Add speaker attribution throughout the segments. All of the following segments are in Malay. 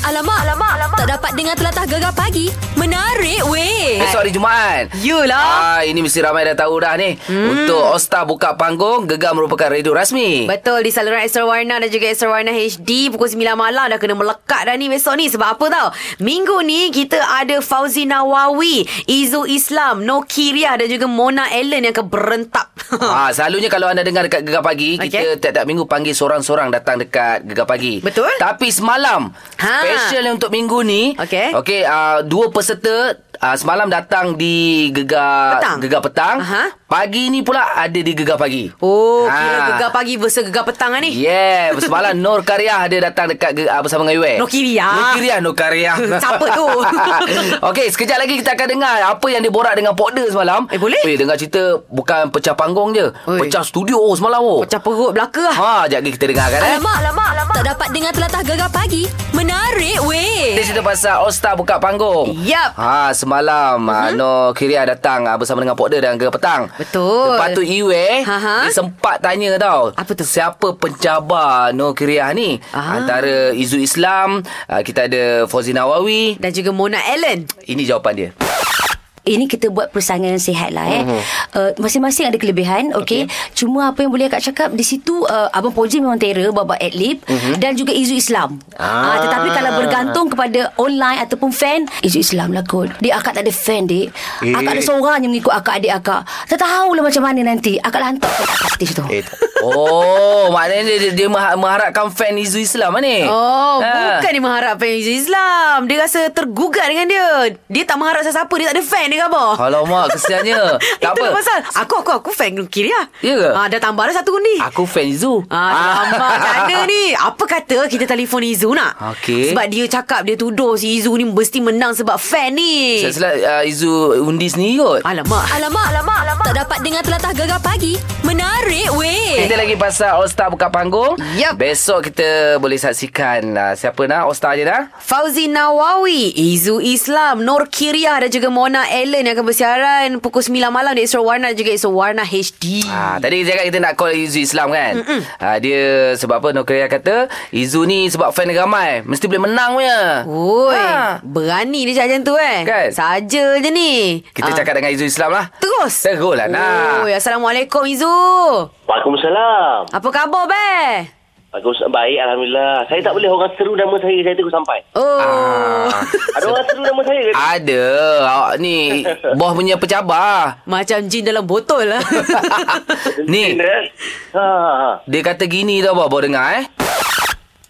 Speaker 1: Alamak, alamak, alamak. Tak dapat dengar telatah gegar pagi. Menarik weh.
Speaker 2: Besok hari Jumaat ah,
Speaker 3: Yulah.
Speaker 2: Ini mesti ramai dah tahu dah ni hmm. Untuk Osta buka panggung Gegar merupakan radio rasmi
Speaker 3: Betul di saluran Extra Warna dan juga Extra Warna HD pukul 9 malam dah kena melekat dah ni besok ni sebab apa tau? Minggu ni kita ada Fauzi Nawawi, Izu Islam, Nokiria dan juga Mona Allen yang akan berentap.
Speaker 2: Ah, selalunya kalau anda dengar dekat Gegar Pagi okay.
Speaker 3: Okey.
Speaker 2: Kita tiap-tiap minggu panggil seorang-seorang datang dekat Gegar Pagi
Speaker 3: Betul.
Speaker 2: Tapi semalam ha.
Speaker 3: Ha.
Speaker 2: Special untuk minggu ni
Speaker 3: Okey.
Speaker 2: okay ah, Dua peserta ah, semalam datang di Gegar
Speaker 3: Petang.
Speaker 2: Gegar Petang
Speaker 3: Aha.
Speaker 2: Pagi ni pula ada di Gegar Pagi
Speaker 3: Oh, kira
Speaker 2: Ah.
Speaker 3: gegar pagi versus gegar petang lah ni.
Speaker 2: Yeah, semalam Nur Karyah dia datang dekat ge- ah, bersama dengan Yue.
Speaker 3: Nur Kiriah.
Speaker 2: Nur Kiriah, Nur Karyah.
Speaker 3: Siapa tu?
Speaker 2: Okey, sekejap lagi kita akan dengar apa yang dia borak dengan Pokda semalam.
Speaker 3: Eh, boleh?
Speaker 2: Weh, dengar cerita bukan pecah panggung je.
Speaker 3: Oi.
Speaker 2: Pecah studio oh, semalam oh.
Speaker 3: Pecah perut belaka lah.
Speaker 2: Ha, jap lagi kita dengarkan eh.
Speaker 1: Alamak, alamak, alamak. Tak dapat dengar telatah gegar pagi. Menarik
Speaker 2: Kita
Speaker 1: weh.
Speaker 2: cerita pasal All Star buka panggung.
Speaker 3: Yap.
Speaker 2: Ha, semalam
Speaker 3: Mhm.
Speaker 2: uh-huh. Nur Kiriah datang ah, bersama dengan Pokda dan Gegar Petang.
Speaker 3: Betul.
Speaker 2: Lepas tu Iwe
Speaker 3: Aha.
Speaker 2: dia sempat tanya tau.
Speaker 3: Apa tu?
Speaker 2: Siapa pencabar Nur Kiriah ni?
Speaker 3: Ah.
Speaker 2: Antara Izu Islam, ah, kita ada Fauzi Nawawi.
Speaker 3: Dan juga Mona Allen.
Speaker 2: Ini jawapan dia.
Speaker 4: ini kita buat persaingan yang sihat lah eh.
Speaker 1: Mhm.
Speaker 4: Mm-hmm. Uh, masing-masing ada kelebihan, okey. Okay. Cuma apa yang boleh akak cakap di situ uh, abang Poji memang terror bab-bab adlib
Speaker 1: Mhm.
Speaker 4: mm-hmm. dan juga isu Islam.
Speaker 2: Ah.
Speaker 4: Ah. Uh, tetapi kalau bergantung kepada online ataupun fan, isu Islam lah kot. Dia akak tak ada fan dik.
Speaker 2: Eh.
Speaker 4: Eh. Akak ada seorang yang mengikut akak adik akak. Tak tahulah macam mana nanti. Akak lah lantak kat atas stage tu.
Speaker 2: Eh, oh, maknanya dia, dia, dia mengha- mengharapkan fan Izu Islam lah ni.
Speaker 3: Oh,
Speaker 2: Ha.
Speaker 3: bukan dia mengharapkan Izu Islam. Dia rasa tergugat dengan dia. Dia tak mengharap siapa-siapa. Dia tak ada fan dia ke apa.
Speaker 2: Alamak, kesiannya. tak
Speaker 3: Itu
Speaker 2: apa.
Speaker 3: pasal Aku aku aku fan Kiri lah
Speaker 2: Ya ke?
Speaker 3: Ah, Dah tambah dah satu undi
Speaker 2: Aku fan Izu.
Speaker 3: Ah, lama macam mana ni Apa kata kita telefon Izu nak
Speaker 2: Okey.
Speaker 3: Sebab dia cakap Dia tuduh si Izu ni Mesti menang sebab fan ni
Speaker 2: Selain uh, Izu undi sendiri kot.
Speaker 3: Alamak
Speaker 1: Alamak, alamak, alamak. Tak dapat dengar telatah gegar pagi. Menarik weh.
Speaker 2: Kita lagi pasal All Star buka panggung.
Speaker 3: Yup.
Speaker 2: Besok kita boleh saksikan uh, siapa nak All Star je dah.
Speaker 3: Fauzi Nawawi Izu Islam Nur Kiriah Dan juga Mona Allen Yang akan bersiaran Pukul 9 malam Di Extra Warna Dan juga Extra Warna HD
Speaker 2: Ha, tadi kita cakap kita nak call Izu Islam kan ha, Dia sebab apa Nokia kata Izu ni sebab fan dia ramai Mesti boleh menang punya
Speaker 3: Oi, Ah.
Speaker 2: Ha.
Speaker 3: berani dia cakap macam tu eh.
Speaker 2: Kan?
Speaker 3: Saja je ni.
Speaker 2: Kita
Speaker 3: Ah.
Speaker 2: cakap dengan Izu Islam lah
Speaker 3: Terus.
Speaker 2: Terus lah nak.
Speaker 3: Oi, Assalamualaikum Izu.
Speaker 5: Waalaikumsalam.
Speaker 3: Apa khabar be?
Speaker 5: Waalaikumsalam. Baik, Alhamdulillah. Saya tak boleh orang seru nama saya. Saya tunggu sampai.
Speaker 3: Oh.
Speaker 2: Ah.
Speaker 5: Ada orang seru nama saya ke?
Speaker 2: Ada Awak ni Boh punya pecabar
Speaker 3: Macam jin dalam botol lah.
Speaker 2: Ni
Speaker 5: Ha, ha, ha.
Speaker 2: Dia kata gini tau Boh Boh dengar eh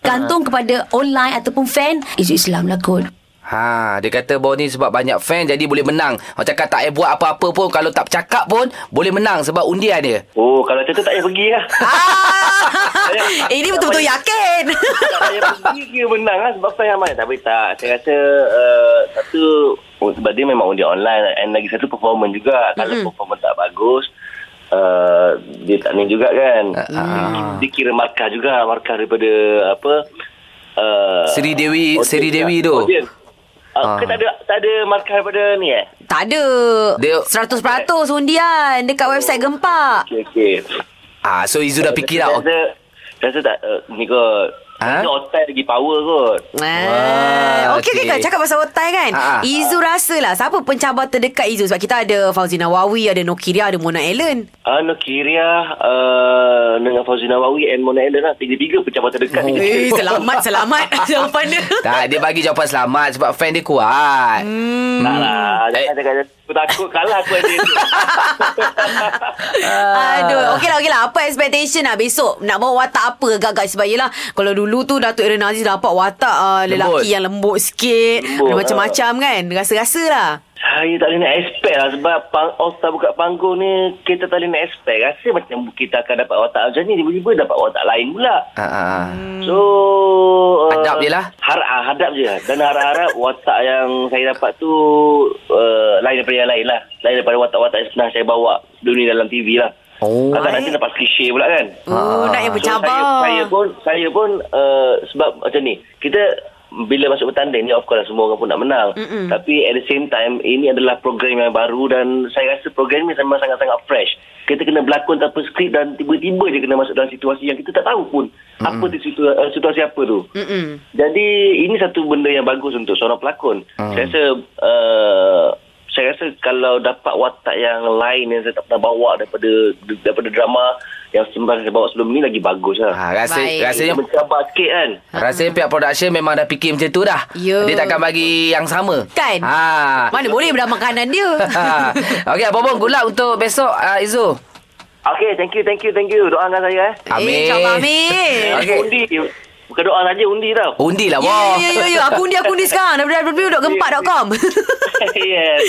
Speaker 4: Gantung kepada online ataupun fan, isu Islam lah kot.
Speaker 2: Ha, dia kata Boh ni sebab banyak fan jadi boleh menang. Orang cakap tak payah buat apa-apa pun kalau tak cakap pun boleh menang sebab undian dia.
Speaker 5: Oh, kalau macam tu tak payah pergi lah.
Speaker 3: ah. Ini betul-betul yakin.
Speaker 5: tak payah pergi ke menang lah sebab saya ramai. Tapi tak. Saya rasa uh, satu, oh, sebab dia memang dia online and lagi satu performance juga. Kalau performance tak bagus, Uh, dia tak ni juga kan
Speaker 2: Ah.
Speaker 5: dia kira markah juga markah daripada apa uh,
Speaker 2: Seri Dewi-
Speaker 5: audience
Speaker 2: Seri
Speaker 5: lah.
Speaker 2: Dewi tu.
Speaker 5: Audience.
Speaker 2: Ah.
Speaker 5: Ah, ke tak ada tak ada markah daripada ni eh
Speaker 3: tak ada.
Speaker 2: Dia-
Speaker 3: 100% undian dekat website Gempak.
Speaker 5: Okey, okey.
Speaker 2: Ah, so Izu dah fikir dah.
Speaker 5: Rasa, rasa tak, uh, ni kot.
Speaker 2: Ha?
Speaker 5: Ha? Rasa otak lagi power kot.
Speaker 2: Wah,
Speaker 3: Ah, okey okey
Speaker 2: okey.
Speaker 3: okay. cakap pasal otai kan.
Speaker 2: Ah, ah.
Speaker 3: Izu rasalah siapa pencabar terdekat Izu sebab kita ada Fauzi Nawawi, ada Nokiria, ada Mona Allen.
Speaker 5: Uh, Nokiria uh, dengan Fauzi Nawawi and Mona Ellen lah. Tiga-tiga pejabat terdekat. Oh.
Speaker 3: Eh, selamat selamat jawapan dia.
Speaker 2: Tak, dia bagi jawapan selamat sebab fan dia kuat.
Speaker 5: Tak lah.
Speaker 2: Eh.
Speaker 5: Jangan cakap macam tu. Aku takut kalah aku ada tu.
Speaker 3: Aduh, okey lah, okey lah. Apa expectation lah besok? Nak bawa watak apa gagak? Sebab yelah, kalau dulu tu Datuk Aaron Aziz dapat watak
Speaker 2: Lembut.
Speaker 3: uh, lelaki yang lembut sikit. Lembut,
Speaker 5: Lembut,
Speaker 3: macam-macam kan? Rasa-rasa lah.
Speaker 5: Saya tak boleh nak expect lah sebab pang, All Star buka panggung ni kita tak boleh nak expect. Rasa macam kita akan dapat watak macam ni. Tiba-tiba dapat watak lain pula.
Speaker 2: Ha ah.
Speaker 5: So uh,
Speaker 2: Hadap je lah.
Speaker 5: har- ah, Hadap je Dan harap-harap Watak yang saya dapat tu uh, Lain daripada yang lain lah Lain daripada watak-watak yang pernah saya bawa Dulu ni dalam TV lah
Speaker 2: Oh.
Speaker 5: Atau nanti dapat cliche pula kan
Speaker 3: Oh, nak yang bercabar.
Speaker 5: saya, saya pun Saya pun uh, Sebab macam ni Kita bila masuk bertanding ni of course lah semua orang pun nak menang Mm-mm. tapi at the same time ini adalah program yang baru dan saya rasa program ni memang sangat-sangat fresh kita kena berlakon tanpa skrip dan tiba-tiba je kena masuk dalam situasi yang kita tak tahu pun mm. apa tu situasi, uh, situasi apa tu.
Speaker 3: Mm-mm.
Speaker 5: Jadi ini satu benda yang bagus untuk seorang pelakon.
Speaker 2: Ah.
Speaker 5: Hmm. Saya rasa uh, saya rasa kalau dapat watak yang lain yang saya tak pernah bawa daripada daripada drama yang sembang saya bawa sebelum ni lagi bagus lah.
Speaker 2: Ha, rasa,
Speaker 3: Baik.
Speaker 2: rasanya
Speaker 5: Mencabar sikit kan.
Speaker 2: Rasanya pihak production memang dah fikir macam tu dah.
Speaker 3: Ya.
Speaker 2: Dia takkan bagi yang sama.
Speaker 3: Kan?
Speaker 2: Ha.
Speaker 3: Mana boleh dah makanan dia.
Speaker 2: Okey, apa pun good luck untuk besok uh, Izu.
Speaker 5: Okay, thank you, thank you, thank you. Doakan saya eh.
Speaker 2: Amin.
Speaker 3: Eh, InsyaAllah amin.
Speaker 5: Eh,
Speaker 2: Okey.
Speaker 5: Undi. Bukan doa saja, undi tau.
Speaker 2: Undi lah,
Speaker 3: Ya,
Speaker 2: wah.
Speaker 3: ya, ya, ya. Aku undi, aku undi sekarang. www.gempak.com
Speaker 5: yes.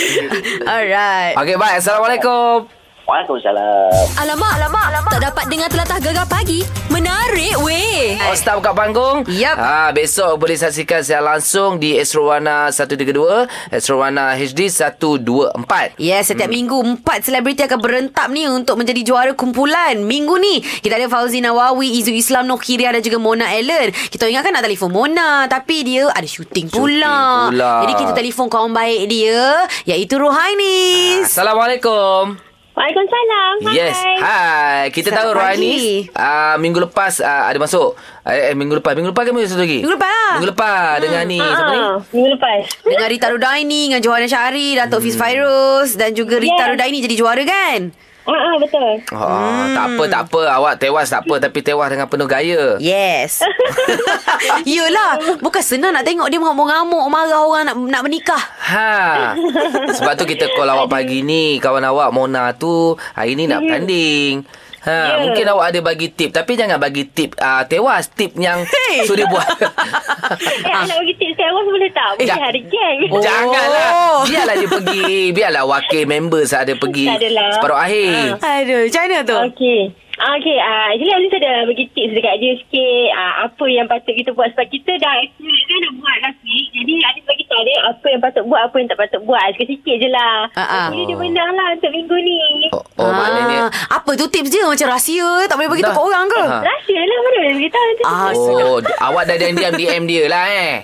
Speaker 3: Alright.
Speaker 2: Okey, baik. Assalamualaikum.
Speaker 5: Waalaikumsalam.
Speaker 1: Alamak, alamak, alamak. Tak dapat dengar telatah gegar pagi. Menarik weh.
Speaker 2: Oh, start buka panggung.
Speaker 3: Yap.
Speaker 2: Ha, besok boleh saksikan secara langsung di Esrowana 132, Esrowana HD 124.
Speaker 3: Yes, setiap hmm. minggu empat selebriti akan berentap ni untuk menjadi juara kumpulan. Minggu ni kita ada Fauzi Nawawi, Izu Islam, Noh Kiria dan juga Mona Allen. Kita ingatkan nak telefon Mona tapi dia ada syuting pula.
Speaker 2: Syuting pula.
Speaker 3: Jadi kita telefon kawan baik dia iaitu Rohainis.
Speaker 2: Assalamualaikum.
Speaker 6: Waalaikumsalam. Hai.
Speaker 2: Yes. Hai. Kita tahu
Speaker 3: Selamat
Speaker 2: Rohani uh, minggu lepas uh, ada masuk. Eh, eh, minggu lepas. Minggu lepas ke minggu satu lagi?
Speaker 3: Minggu lepas lah.
Speaker 2: Minggu lepas dengan ni
Speaker 6: Ah,
Speaker 2: siapa ni?
Speaker 6: Minggu lepas.
Speaker 3: Dengan Rita Rudaini, dengan Johanna Syahari, Datuk Fiz Fairuz dan juga Rita
Speaker 6: Yes.
Speaker 3: Rudaini jadi juara kan?
Speaker 6: Ah, ah, betul.
Speaker 2: Oh, tak apa tak apa awak tewas tak apa tapi tewas dengan penuh gaya.
Speaker 3: Yes. Yelah, bukan senang nak tengok dia mengamuk-ngamuk, marah orang nak nak menikah.
Speaker 2: Ha. Sebab tu kita call awak pagi ni kawan awak Mona tu hari ni
Speaker 6: Mm-hmm.
Speaker 2: nak bertanding. Ha,
Speaker 6: Ya.
Speaker 2: yeah. mungkin awak ada bagi tip tapi jangan bagi tip uh, tewas tip yang hey. suri buat.
Speaker 6: Eh, nak bagi tips saya awak boleh tak?
Speaker 2: Ah.
Speaker 6: Boleh
Speaker 2: Sekejap.
Speaker 6: hari geng.
Speaker 2: Oh. Janganlah Biarlah dia pergi Biarlah wakil member saat dia pergi
Speaker 6: Tak adalah. Ah.
Speaker 2: Separuh akhir
Speaker 3: Aduh, macam mana tu?
Speaker 6: Okey. Ah, Okey, uh, actually Aziz ada bagi tips dekat dia sikit uh, apa yang patut kita buat sebab kita dah actually dah nak buat last week. Jadi Aziz bagi tahu dia apa yang patut buat, apa yang tak patut buat. Sikit-sikit je lah.
Speaker 3: Ah, ah.
Speaker 6: Jadi dia menang lah untuk minggu ni.
Speaker 2: Oh, oh ah. maknanya
Speaker 3: Apa tu tips dia Macam rahsia eh? Tak boleh beritahu
Speaker 2: Dah.
Speaker 3: kat orang ke
Speaker 2: Ha.
Speaker 6: Rahsia lah mana boleh beritahu nanti.
Speaker 3: Ah,
Speaker 2: Oh awak dah diam-diam DM dia lah eh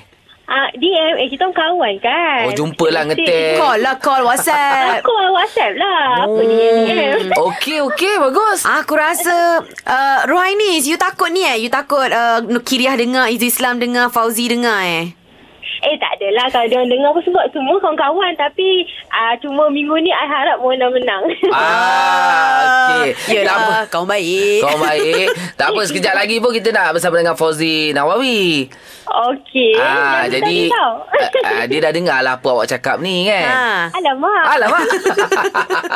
Speaker 6: Ah, DM, eh kita orang kawan kan.
Speaker 2: Oh, jumpa lah, ngetik.
Speaker 3: Call lah Call WhatsApp
Speaker 6: Aku lah WhatsApp lah. Apa dia? DM?
Speaker 2: Okey okey bagus
Speaker 3: Aku rasa uh, Rohainis You takut ni eh You takut uh, Nukiriah dengar Izu Islam dengar Fauzi dengar eh
Speaker 6: Eh tak adalah kalau dia orang dengar pun sebab semua kawan-kawan tapi uh, cuma minggu ni I harap Mona menang.
Speaker 2: Ah, okey. Tak apa.
Speaker 3: Yelah Kau Ya lah. baik
Speaker 2: Kau baik. tak apa sekejap lagi pun kita nak bersama dengan Fauzi Nawawi.
Speaker 6: Okey.
Speaker 2: ah,
Speaker 6: Jangan
Speaker 2: jadi
Speaker 6: tadi tau.
Speaker 2: ah, ah, dia dah dengar lah apa awak cakap ni kan.
Speaker 3: Ha.
Speaker 6: Alamak.
Speaker 2: Alamak.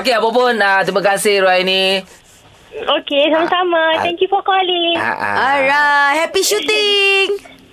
Speaker 2: Okey, apa pun ah, terima kasih Ruaini.
Speaker 6: Okey, sama-sama.
Speaker 2: Ah.
Speaker 6: Thank you for calling.
Speaker 2: Ah, ah.
Speaker 3: Alright Happy shooting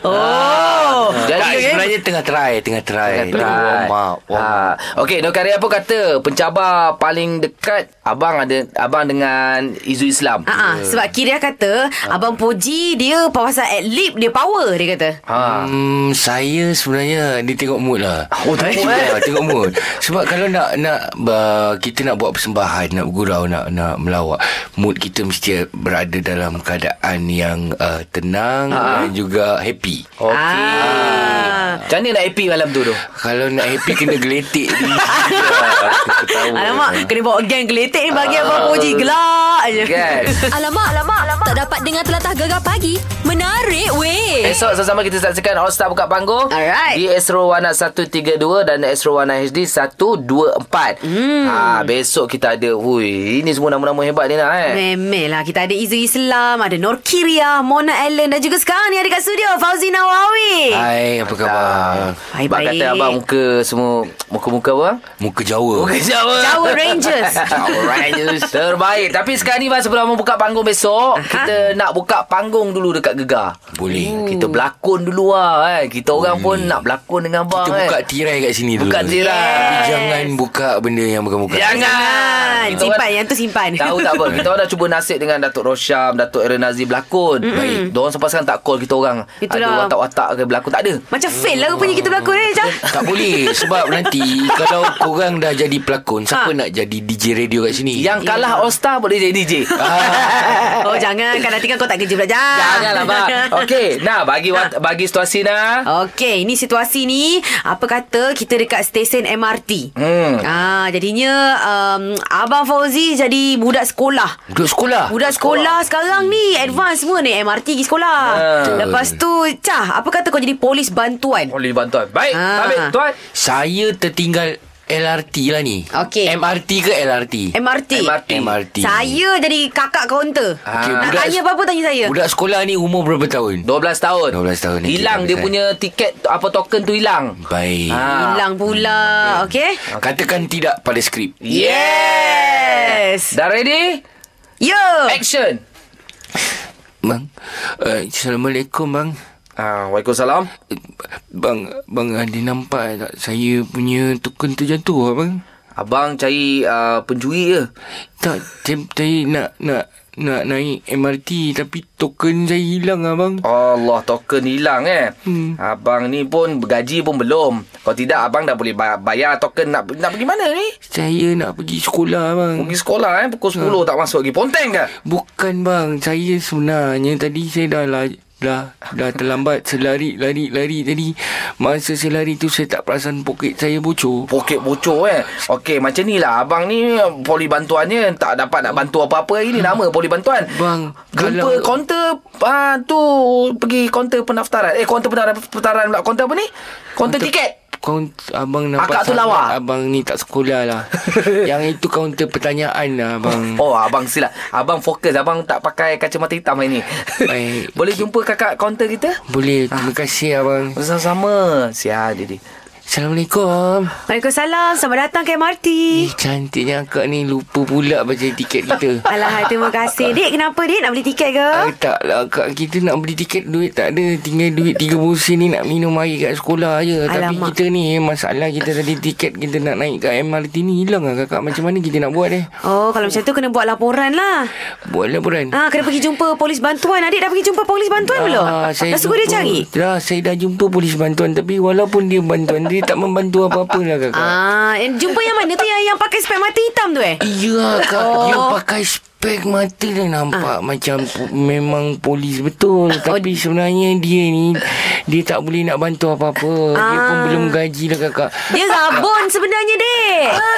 Speaker 3: Oh.
Speaker 2: Jadi,
Speaker 7: Jadi sebenarnya tengah try, tengah try. Ah,
Speaker 2: Tengah
Speaker 7: Tengah
Speaker 2: try.
Speaker 7: warm up. Warm up.
Speaker 2: Ha. Okey, Nur Karya pun kata pencabar paling dekat abang ada abang dengan Izu Islam.
Speaker 3: Ah, yeah. sebab Kiria kata Abang Poji dia pasal ad lib dia power dia kata.
Speaker 2: Ha.
Speaker 7: Hmm, saya sebenarnya ni tengok mood lah.
Speaker 2: Oh, tengok mood, eh?
Speaker 7: Ya, tengok mood. Sebab kalau nak nak uh, kita nak buat persembahan, nak bergurau, nak nak melawak, mood kita mesti berada dalam keadaan yang uh, tenang
Speaker 2: Ah.
Speaker 7: dan juga happy.
Speaker 2: Okey.
Speaker 3: Ah.
Speaker 2: Macam mana nak happy malam tu tu?
Speaker 7: Kalau nak happy kena geletik ni. Ketawa.
Speaker 3: Alamak, kena bawa geng geletek ni bagi Abang Poji gelak je.
Speaker 2: Kan?
Speaker 1: Alamak, alamak, alamak. Tak dapat dengar telatah gegar pagi. Menarik weh.
Speaker 2: Esok sama-sama kita saksikan All Star Buka Panggung
Speaker 3: Alright.
Speaker 2: Di Astro Warna 132 Dan Astro Warna HD 124 hmm. ha, Besok kita ada Hui, Ini semua nama-nama hebat ni nak eh
Speaker 3: Memel lah Kita ada Izu Islam Ada Nur Kiria Mona Allen Dan juga sekarang ni Ada kat studio Fauzi Nawawi
Speaker 7: Hai, apa khabar?
Speaker 3: Baik-baik.
Speaker 2: Abang kata abang muka semua Muka-muka apa?
Speaker 7: Muka Jawa.
Speaker 2: Muka Jawa
Speaker 3: Jawa Rangers
Speaker 2: Alright Terbaik Tapi sekarang ni Bang sebelum membuka panggung besok Aha. Kita nak buka panggung dulu dekat Gegar Hmm.
Speaker 7: Boleh.
Speaker 2: Kita berlakon dulu lah eh. Kita orang pun nak berlakon dengan abang
Speaker 7: Kita
Speaker 2: eh.
Speaker 7: buka tirai kat sini dulu.
Speaker 2: Buka tirai.
Speaker 7: Tapi jangan buka benda yang bukan-bukan.
Speaker 2: Jangan
Speaker 3: Jangan. Ah, Simpan, yang tu simpan.
Speaker 2: Tahu tak apa Kita orang dah cuba nasib Dengan Datuk Rosyam Datuk Aaron Aziz berlakon Baik Diorang sampai sekarang tak call kita orang
Speaker 3: Itulah.
Speaker 2: Ada watak-watak ke berlakon Tak ada
Speaker 3: Macam fail lah rupanya Kita berlakon eh Macam
Speaker 7: Tak boleh Sebab nanti Kalau korang dah jadi pelakon Siapa
Speaker 3: Ha.
Speaker 7: nak jadi DJ radio kat sini
Speaker 2: Yang kalah All Star Boleh jadi DJ
Speaker 3: Oh jangan Kan nanti kan kau tak kerja pula Jangan
Speaker 2: Janganlah bang Okey Nah bagi
Speaker 3: Ah.
Speaker 2: wat- bagi situasi
Speaker 3: Oh.
Speaker 2: nah
Speaker 3: Okey, ni situasi ni apa kata kita dekat stesen MRT.
Speaker 2: Hmm.
Speaker 3: Ah, jadinya um, abang Fauzi jadi budak sekolah.
Speaker 7: Duduk sekolah
Speaker 3: Budak sekolah, sekarang ni advance semua ni MRT pergi sekolah.
Speaker 7: Betul.
Speaker 3: Lepas tu, Cah, apa kata kau jadi polis bantuan?
Speaker 2: Oh, Boleh bantuan Baik
Speaker 3: Ah.
Speaker 2: Habis tuan
Speaker 7: Saya tertinggal LRT lah ni
Speaker 3: Okey.
Speaker 7: MRT ke LRT?
Speaker 3: MRT.
Speaker 2: MRT.
Speaker 7: MRT
Speaker 3: Saya jadi kakak kaunter.
Speaker 7: Okey,
Speaker 2: Ah.
Speaker 3: Nak
Speaker 7: Ah, budak-
Speaker 3: tanya apa-apa tanya saya.
Speaker 7: Budak sekolah ni umur berapa tahun?
Speaker 2: 12 tahun
Speaker 7: 12 tahun ni
Speaker 2: Hilang
Speaker 7: kita
Speaker 2: dia
Speaker 7: habis,
Speaker 2: punya tiket tu- Apa token tu hilang
Speaker 7: Baik
Speaker 2: Ah.
Speaker 3: Hilang pula, okey?
Speaker 7: Katakan tidak pada skrip
Speaker 3: Yes.
Speaker 2: Dah ready?
Speaker 3: Yo.
Speaker 2: Action
Speaker 7: Bang uh, Assalamualaikum bang
Speaker 2: Ah, Waalaikumsalam
Speaker 7: Bang Bang ada nampak tak Saya punya tukun tu jatuh lah bang
Speaker 2: Abang cari uh, pencuri ke?
Speaker 7: Tak, saya, saya nak nak nak naik MRT tapi token saya hilang abang.
Speaker 2: Allah, token hilang eh. Hmm. Abang ni pun gaji pun belum. Kalau tidak abang dah boleh bayar, bayar token nak nak pergi mana ni?
Speaker 7: Saya nak pergi sekolah abang.
Speaker 2: Pergi sekolah eh
Speaker 7: Hmm.
Speaker 2: pukul 10 tak masuk lagi. Ponteng ke?
Speaker 7: Bukan bang, saya sebenarnya tadi saya dah la, dah dah terlambat selari lari lari tadi. Masa saya lari tu saya tak perasan poket saya bocor.
Speaker 2: Poket bocor eh. Okey, macam ni lah abang ni poli bantuannya tak dapat nak bantu apa-apa ini nama poli bantuan.
Speaker 7: Hmm. Bang,
Speaker 2: jumpa
Speaker 7: kalau-
Speaker 2: kaunter ah tu pergi kaunter pendaftaran. Eh kaunter pendaftaran pendaftaran pula kaunter apa ni? Kaunter tiket.
Speaker 7: Kau abang nampak
Speaker 2: Akak tu
Speaker 7: sangat
Speaker 2: lawa.
Speaker 7: Abang ni tak sekolah lah Yang itu kaunter pertanyaan lah abang
Speaker 2: Oh abang silap Abang fokus Abang tak pakai kacamata hitam hari ni
Speaker 7: Baik.
Speaker 2: Boleh jumpa kakak kaunter kita?
Speaker 7: Boleh
Speaker 3: Ah.
Speaker 7: terima kasih abang
Speaker 2: Sama-sama Sial jadi
Speaker 7: Assalamualaikum
Speaker 3: Waalaikumsalam. Selamat datang ke MRT.
Speaker 7: Eh, cantiknya akak ni lupa pula baca tiket kita.
Speaker 3: Alah, terima kasih. Dek, kenapa Dek? Nak beli tiket ke?
Speaker 7: Ah, tak lah akak Kita nak beli tiket Duit tak ada Tinggal duit 30 sen ni Nak minum air kat sekolah je Tapi
Speaker 3: Alamak.
Speaker 7: kita ni eh, Masalah kita tadi tiket Kita nak naik kat MRT ni Hilang lah kakak Macam mana kita nak buat eh
Speaker 3: Oh, kalau macam tu kena buat laporan lah.
Speaker 7: Buat laporan
Speaker 3: Ah, kena pergi jumpa polis bantuan. Adik dah pergi jumpa polis bantuan belum? dah suruh dia
Speaker 7: Ah, jumpa-
Speaker 3: cari.
Speaker 7: Dah saya dah jumpa polis bantuan Tapi walaupun dia bantuan Dia tak membantu apa-apa lah kakak
Speaker 3: Ah, yang jumpa yang mana tu yang yang pakai spek mata hitam tu eh?
Speaker 7: Iya kak oh. Dia pakai spek mata dah
Speaker 3: Ah.
Speaker 7: nampak Macam po- memang polis
Speaker 3: Oh.
Speaker 7: betul Tapi sebenarnya dia ni Dia tak boleh nak bantu apa-apa Dia pun
Speaker 3: Ah.
Speaker 7: belum gaji lah kakak
Speaker 3: Dia rabun sebenarnya dek.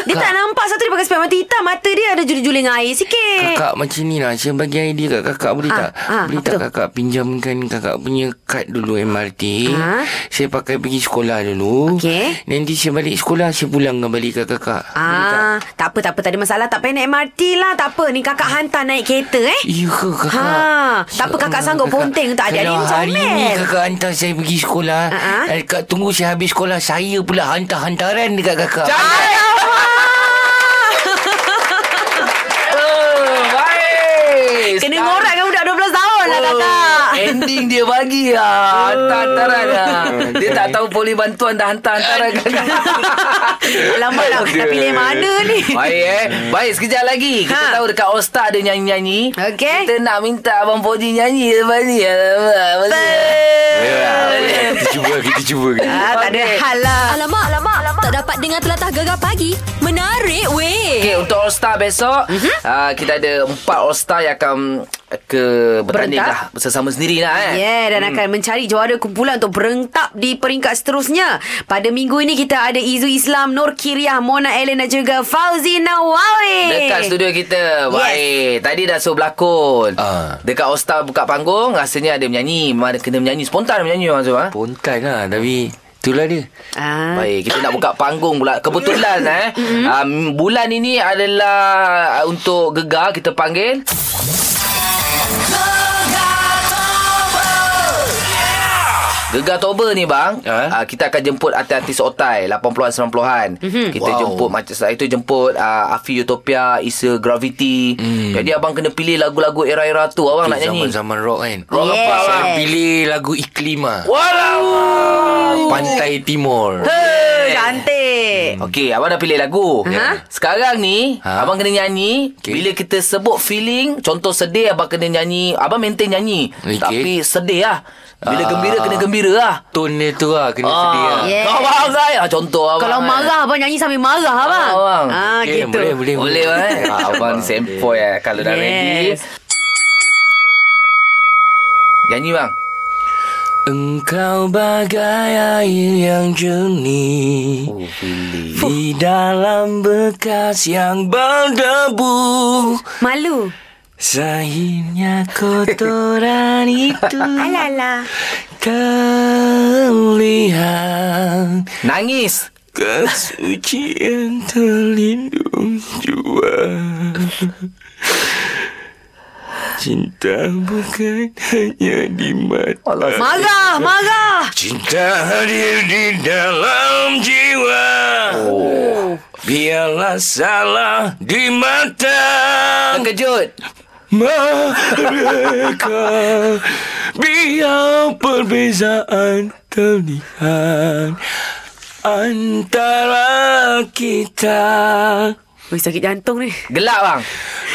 Speaker 3: Dia tak nampak satu dia pakai spek mata hitam, mata dia ada juling-juling air sikit.
Speaker 7: Kakak macam ni lah Saya bagi idea kat kakak Boleh
Speaker 3: Ah,
Speaker 7: tak
Speaker 3: ah,
Speaker 7: Boleh
Speaker 3: apa
Speaker 7: tak
Speaker 3: tu?
Speaker 7: kakak Pinjamkan kakak punya kad dulu MRT
Speaker 3: Ah.
Speaker 7: Saya pakai pergi sekolah dulu
Speaker 3: Okey.
Speaker 7: Nanti saya balik sekolah Saya pulang kembali kat kakak
Speaker 3: Ah, tak apa tak apa tak ada masalah. Tak payah naik MRT lah. Tak apa ni kakak hantar naik kereta eh.
Speaker 7: Ya ke kakak?
Speaker 3: Ha, tak apa, kakak sanggup ponteng untuk adik-adik
Speaker 7: Kalau
Speaker 3: ni macam
Speaker 7: hari ni
Speaker 3: Mel.
Speaker 7: kakak hantar saya pergi sekolah,
Speaker 3: Ah,
Speaker 7: uh-huh. kakak tunggu saya habis sekolah, saya pula hantar-hantaran dekat kakak.
Speaker 2: Eh, Baik Sekarang-
Speaker 3: Kena
Speaker 2: Oh,
Speaker 3: ngorak kan budak 12 tahun lah kakak.
Speaker 2: Eh Ending dia bagi ah. Hantar hantaran ah. Dia tak tahu boleh bantuan dah hantar ya. hantaran ke.
Speaker 3: Alamak nak, nak lah, pilih mana ni
Speaker 2: Baik eh Baik sekejap lagi Kita
Speaker 3: Ha.
Speaker 2: tahu dekat All Star dia nyanyi-nyanyi
Speaker 3: Okey.
Speaker 2: Kita nak minta Abang Poji nyanyi lepas ni Alamak mesti.
Speaker 7: Ya, Kita cuba, kita cuba.
Speaker 3: ah, Tak ada
Speaker 2: Okey.
Speaker 3: hal lah
Speaker 1: Alamak, alamak, alamak. Tak dapat dengar telatah gegar pagi. Menarik
Speaker 2: Okey,
Speaker 1: weh.
Speaker 2: untuk All Star besok mm-hmm. uh, Kita ada empat All Star yang akan eh, ke bertanding
Speaker 3: Berentak.
Speaker 2: lah Bersama sendiri lah eh
Speaker 3: Yeah, Ya, dan akan mencari juara kumpulan untuk berentap di peringkat seterusnya. Pada minggu ini kita ada Izu Islam, Nur Kiriah, Mona Ellen dan juga Fauzi Nawawi.
Speaker 2: Dekat studio kita
Speaker 3: Yes.
Speaker 2: Baik Tadi dah suruh berlakon
Speaker 7: Ah.
Speaker 2: Dekat All Star buka panggung Rasanya ada menyanyi Memang ada kena menyanyi Spontan menyanyi orang tu ha?
Speaker 7: Pontan lah, tapi itulah dia.
Speaker 3: Ah.
Speaker 2: Baik, kita nak buka panggung pula. Kebetulan eh. Um, bulan ini adalah uh, untuk gegar kita panggil. Gegar Tober ni bang
Speaker 7: Eh?
Speaker 2: uh, Kita akan jemput artis-artis otai 80-an 90-an mm-hmm. Kita
Speaker 7: Wow.
Speaker 2: wow. jemput macam saya itu jemput uh, Afi Utopia Isa Gravity mm. Jadi abang kena pilih lagu-lagu era-era tu Abang nak nyanyi
Speaker 7: Hmm. Zaman-zaman Oh, rock kan.
Speaker 2: Rock apa
Speaker 3: Yeah.
Speaker 2: abang?
Speaker 7: Saya pilih lagu Iklim lah.
Speaker 2: Walau
Speaker 7: Pantai Timur.
Speaker 3: Hey, Eh, cantik.
Speaker 2: Okey, abang dah pilih lagu. Ya.
Speaker 3: Aha.
Speaker 2: Sekarang ni,
Speaker 7: Ha.
Speaker 2: abang kena nyanyi.
Speaker 7: Okey.
Speaker 2: Bila kita sebut feeling, contoh sedih abang kena nyanyi. Abang maintain nyanyi.
Speaker 7: Okey.
Speaker 2: Tapi sedih lah. Bila
Speaker 7: Ah.
Speaker 2: gembira, kena gembira lah.
Speaker 7: Tone dia tu lah, kena
Speaker 2: Ah.
Speaker 7: sedih lah.
Speaker 3: Yes.
Speaker 2: Kau faham kan? Ah, contoh abang.
Speaker 3: Kalau
Speaker 2: kan?
Speaker 3: marah abang nyanyi sambil marah abang.
Speaker 2: Ah, abang.
Speaker 3: Ah,
Speaker 7: Okey,
Speaker 3: gitu.
Speaker 7: Boleh, boleh.
Speaker 2: Boleh kan? Ah, abang ni sempoi eh. Kalau dah
Speaker 3: Yes.
Speaker 2: ready. Nyanyi bang.
Speaker 7: Engkau bagai air yang jernih Di dalam bekas yang berdebu
Speaker 3: Malu.
Speaker 7: Sahirnya kotoran itu
Speaker 3: Alalah.
Speaker 7: Terlihat
Speaker 2: Nangis.
Speaker 7: Kesucian terlindung jua Cinta bukan hanya di mata
Speaker 3: Marah, marah.
Speaker 7: Cinta hadir di dalam jiwa Oh. Biarlah salah di mata
Speaker 2: Terkejut.
Speaker 7: Mereka Biar perbezaan terlihat Antara kita
Speaker 3: Wih, sakit jantung ni.
Speaker 2: Gelap bang.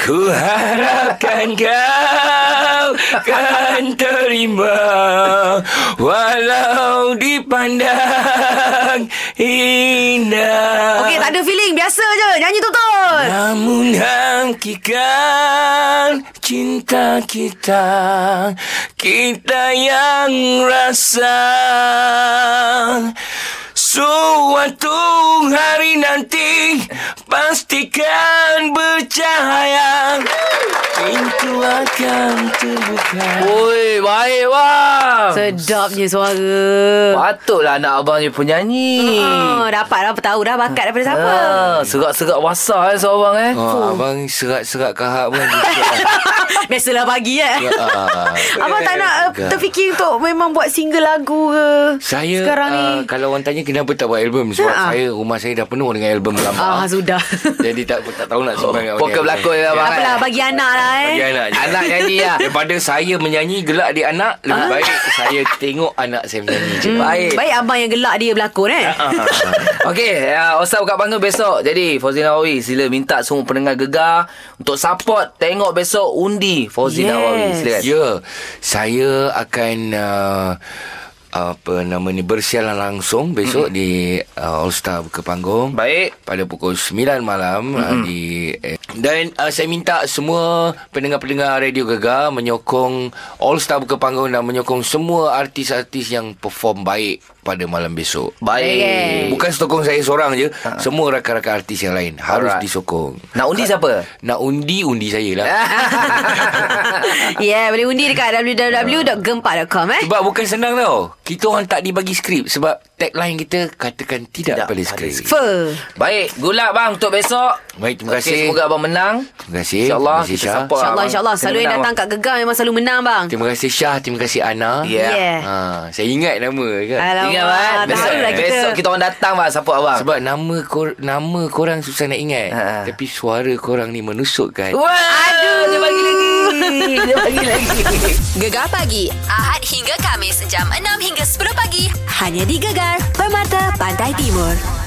Speaker 7: Ku harapkan kau kan terima Walau dipandang indah
Speaker 3: Okey, tak ada feeling. Biasa je. Nyanyi betul.
Speaker 7: Namun hakikat cinta kita Kita yang rasa Suatu hari nanti Pastikan bercahaya Pintu akan terbuka
Speaker 2: Oi, baik bang.
Speaker 3: Sedapnya suara.
Speaker 2: Patutlah anak abang ni penyanyi.
Speaker 3: Oh, dapat dah tahu dah bakat daripada siapa.
Speaker 2: Ah, serak-serak wasah eh seorang abang eh.
Speaker 7: Oh, abang serat-serat kahak pun
Speaker 3: Biasalah pagi eh.
Speaker 7: Ya, ah.
Speaker 3: Abang tak nak uh,
Speaker 7: Enggak.
Speaker 3: terfikir untuk memang buat single lagu ke
Speaker 7: Saya
Speaker 3: sekarang ni.
Speaker 7: uh, Kalau orang tanya kenapa tak buat album Sebab
Speaker 3: Ha, ah.
Speaker 7: saya rumah saya dah penuh dengan album
Speaker 3: Ah,
Speaker 7: lama
Speaker 3: sudah.
Speaker 7: Jadi tak tak tahu nak sumbang kat
Speaker 2: Poker
Speaker 7: mana.
Speaker 2: berlakon Oh, lah abang.
Speaker 3: Apalah bagi anak lah eh.
Speaker 7: Bagi anak je
Speaker 2: Anak nyanyi lah.
Speaker 7: Daripada saya menyanyi Gelak di anak
Speaker 3: Ah.
Speaker 7: Lebih baik saya tengok anak saya menyanyi
Speaker 3: Hmm.
Speaker 7: je
Speaker 2: Baik.
Speaker 3: Baik abang yang gelak dia berlakon eh.
Speaker 7: Ah,
Speaker 2: Okey, uh, Osa buka panggung besok. Jadi, Fauzina Nawawi sila minta semua pendengar gegar untuk support tengok besok undi Fauzina
Speaker 3: Yes.
Speaker 2: Nawawi. kan? Silakan.
Speaker 7: Ya Saya akan uh, apa nama ni bersiaran langsung besok
Speaker 2: Hmm.
Speaker 7: di uh, All Star Buka Panggung
Speaker 2: Baik.
Speaker 7: pada pukul 9 malam mm-hmm. di eh, dan uh, saya minta semua pendengar-pendengar Radio Gegar menyokong All Star Buka Panggung dan menyokong semua artis-artis yang perform baik pada malam besok.
Speaker 2: Baik. Ha.
Speaker 3: Yes.
Speaker 7: Bukan sokong saya seorang je, semua rakan-rakan artis yang lain harus
Speaker 2: Alright.
Speaker 7: disokong.
Speaker 2: Nak undi siapa?
Speaker 7: Nak undi undi saya lah.
Speaker 3: yeah, boleh undi dekat www.gempak.com eh.
Speaker 7: Sebab bukan senang tau Kita orang tak dibagi skrip Sebab tagline kita katakan
Speaker 2: Tidak
Speaker 7: tidak, pada
Speaker 2: pada
Speaker 7: sekali.
Speaker 2: sekali.
Speaker 3: Fur.
Speaker 2: Baik, gula bang untuk besok.
Speaker 7: Baik, terima
Speaker 2: Okey,
Speaker 7: kasih.
Speaker 2: semoga abang menang.
Speaker 7: Terima kasih.
Speaker 2: InsyaAllah
Speaker 7: Terima kasih,
Speaker 2: kita
Speaker 7: Syah.
Speaker 2: support
Speaker 3: InsyaAllah,
Speaker 2: abang.
Speaker 3: insyaAllah.
Speaker 2: Kena
Speaker 3: Selalu yang
Speaker 2: menang,
Speaker 3: datang kat Gegar memang selalu menang, bang.
Speaker 7: Terima kasih Syah, terima kasih Ana.
Speaker 2: Ya.
Speaker 3: Yeah.
Speaker 7: Ha, saya ingat nama kan.
Speaker 3: Alamak.
Speaker 2: Ingat bang
Speaker 3: Besok,
Speaker 2: Besok,
Speaker 3: lah kita.
Speaker 2: besok kita orang datang bang Support abang
Speaker 7: Sebab nama kor, nama korang susah nak ingat.
Speaker 2: Ha.
Speaker 7: Tapi suara korang ni menusukkan.
Speaker 2: Wah Aduh Dia bagi lagi Dia bagi lagi
Speaker 1: Gegar pagi Ahad hingga Kamis jam 6 hingga 10 pagi hanya di Gegar Permata Pantai Timur.